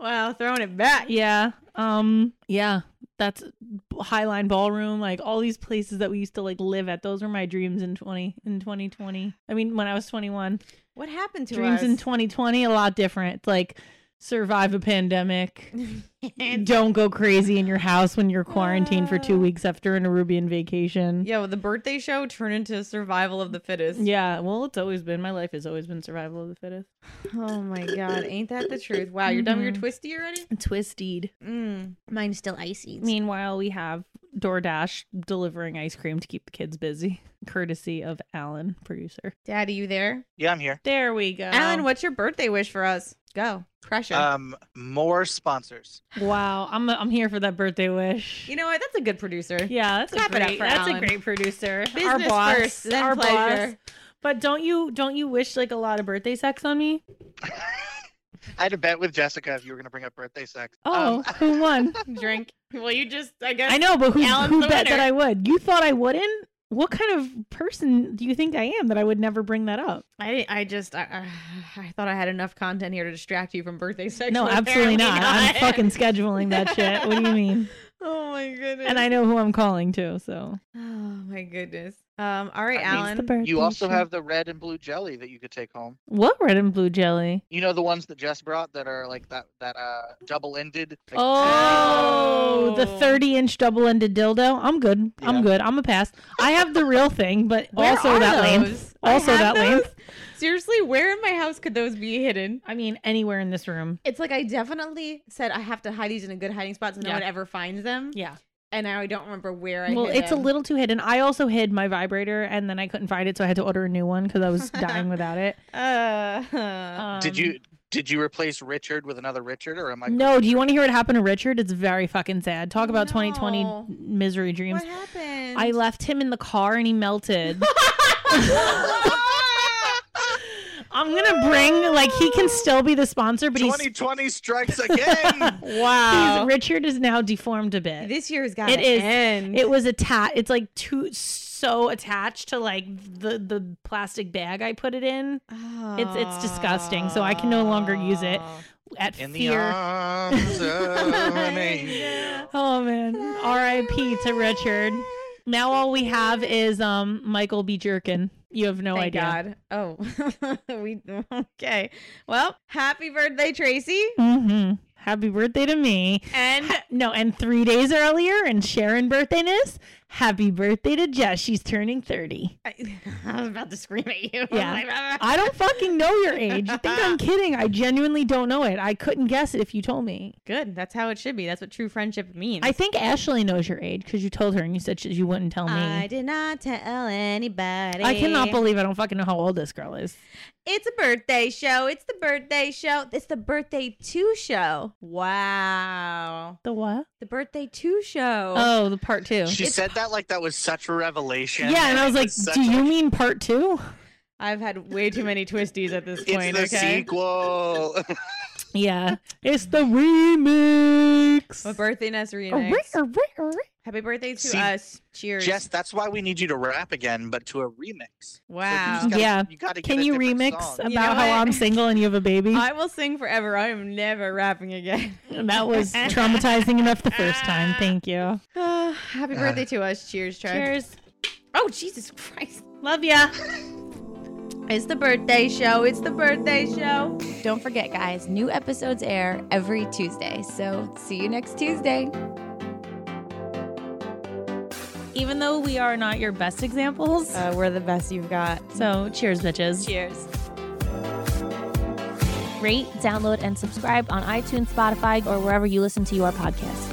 wow, throwing it back. Yeah. Um yeah, that's Highline Ballroom, like all these places that we used to like live at. Those were my dreams in 20 in 2020. I mean, when I was 21. What happened to dreams us? in 2020 a lot different. It's Like survive a (laughs) pandemic. Don't go crazy in your house when you're quarantined for 2 Uh, weeks after an Arubian vacation. Yo, the birthday show turned into survival of the fittest. Yeah, well, it's always been my life has always been survival of the fittest. Oh my god, ain't that the truth? Wow, you're done with Mm-hmm. your twisty already? Twisted. Mm. Mine's still icy. Meanwhile, we have DoorDash delivering ice cream to keep the kids busy, (laughs) courtesy of Alan, producer. Daddy, you there? Yeah, I'm here. There we go. Alan, what's your birthday wish for us? Go. Pressure. Um, more sponsors. Wow, I'm I'm here for that birthday wish. you know what? That's a good producer. yeah, that's clap a it up great, for that's Alan. a great producer. our Business boss, first, then our boss. (laughs) pleasure. But don't you don't you wish like a lot of birthday sex on me? (laughs) I had a bet with Jessica if you were going to bring up birthday sex. Oh, (laughs) Um, who (laughs) won? Drink. Well, you just, I guess. I know, but who, Alan's who the bet winner. that I would? You thought I wouldn't? What kind of person do you think I am that I would never bring that up? I, didn't- I just, I, I- I thought I had enough content here to distract you from birthday sex. No, but absolutely apparently not. I'm fucking scheduling that shit. What do you (laughs) mean? Oh my goodness. And I know who I'm calling too, so. (sighs) Oh my goodness. Um. All right, That means Alan. (laughs) you also have the red and blue jelly that you could take home. what red and blue jelly? You know the ones that Jess brought that are like that that uh double-ended. like, Oh, the Oh. 30 inch double ended dildo. I'm good. I'm Yeah. good. I'm a pass. I have the real thing, but Where also are that length. those? I Also have that those? length. Seriously, where in my house could those be hidden? I mean, anywhere in this room. It's like I definitely said I have to hide these in a good hiding spot so no Yeah. one ever finds them. Yeah. And I don't remember where I. well, hid it's a them. little too hidden. I also hid my vibrator and then I couldn't find it, so I had to order a new one because I (laughs) was dying without it. Uh, Um, did you did you replace Richard with another Richard or am I No, do you want to hear what happened to Richard? It's very fucking sad. Talk about 2020 No. misery dreams. what happened? I (laughs) left him in the car and he melted. I'm gonna bring like he (laughs) can still be the sponsor, but (laughs) he's 2020 (laughs) strikes again. he's- wow. Richard is now deformed a bit. this year's got It is- End. It was attached. It's like too so attached to like the the plastic bag I put it in it's- it's disgusting, so I can no longer use it. Oh. at In the fear. (laughs) arms of an angel. Oh man, R.I.P. to Richard. Now all we have is um Michael B. Jerkin. You have no Thank idea. God. Oh, (laughs) we okay. Well, happy birthday, Tracy. hmm Happy birthday to me. (laughs) And Ha- no, and three days earlier, and Sharon birthdayness. Happy birthday to Jess. She's turning thirty. I, I was about to scream at (laughs) you. Yeah. Uh, I don't fucking know your age. You think (laughs) I'm kidding? I genuinely don't know it. I couldn't guess it if you told me. Good. That's how it should be. That's what true friendship means. I think Ashley knows your age because you told her and you said she, you wouldn't tell me. I I, did not tell anybody. cannot believe I don't fucking know how old this girl is. It's a birthday show. It's the birthday show. It's the birthday two show. Wow. The what? The birthday two show. Oh, the part two. She It's- said that like that was such a revelation. Yeah, and I was like, It's such do a- you mean part two? I've had way too many twisties at this (laughs) It's point. the okay. sequel. (laughs) Yeah. (laughs) it's the remix. A birthday nest remix. Oh, Wow. Happy birthday to See, us. Cheers. Jess, that's why we need you to rap again, but to a remix. So you wow. just gotta- Yeah. You gotta get Can a you different remix song. about You know how what? I'm single and you have a baby? I will sing forever. I am never rapping (laughs) again. that was traumatizing enough the first (laughs) time. Thank you. Ah, happy Uh. birthday to us. Cheers, Trey. Cheers. Oh, Jesus Christ. Love ya. It's the birthday show. It's the birthday show. Don't forget, guys, new episodes air every Tuesday. So see you next Tuesday. Even though we are not your best examples. Uh, we're the best you've got. so cheers, bitches. Cheers. rate, download, and subscribe on iTunes, Spotify, or wherever you listen to your podcast.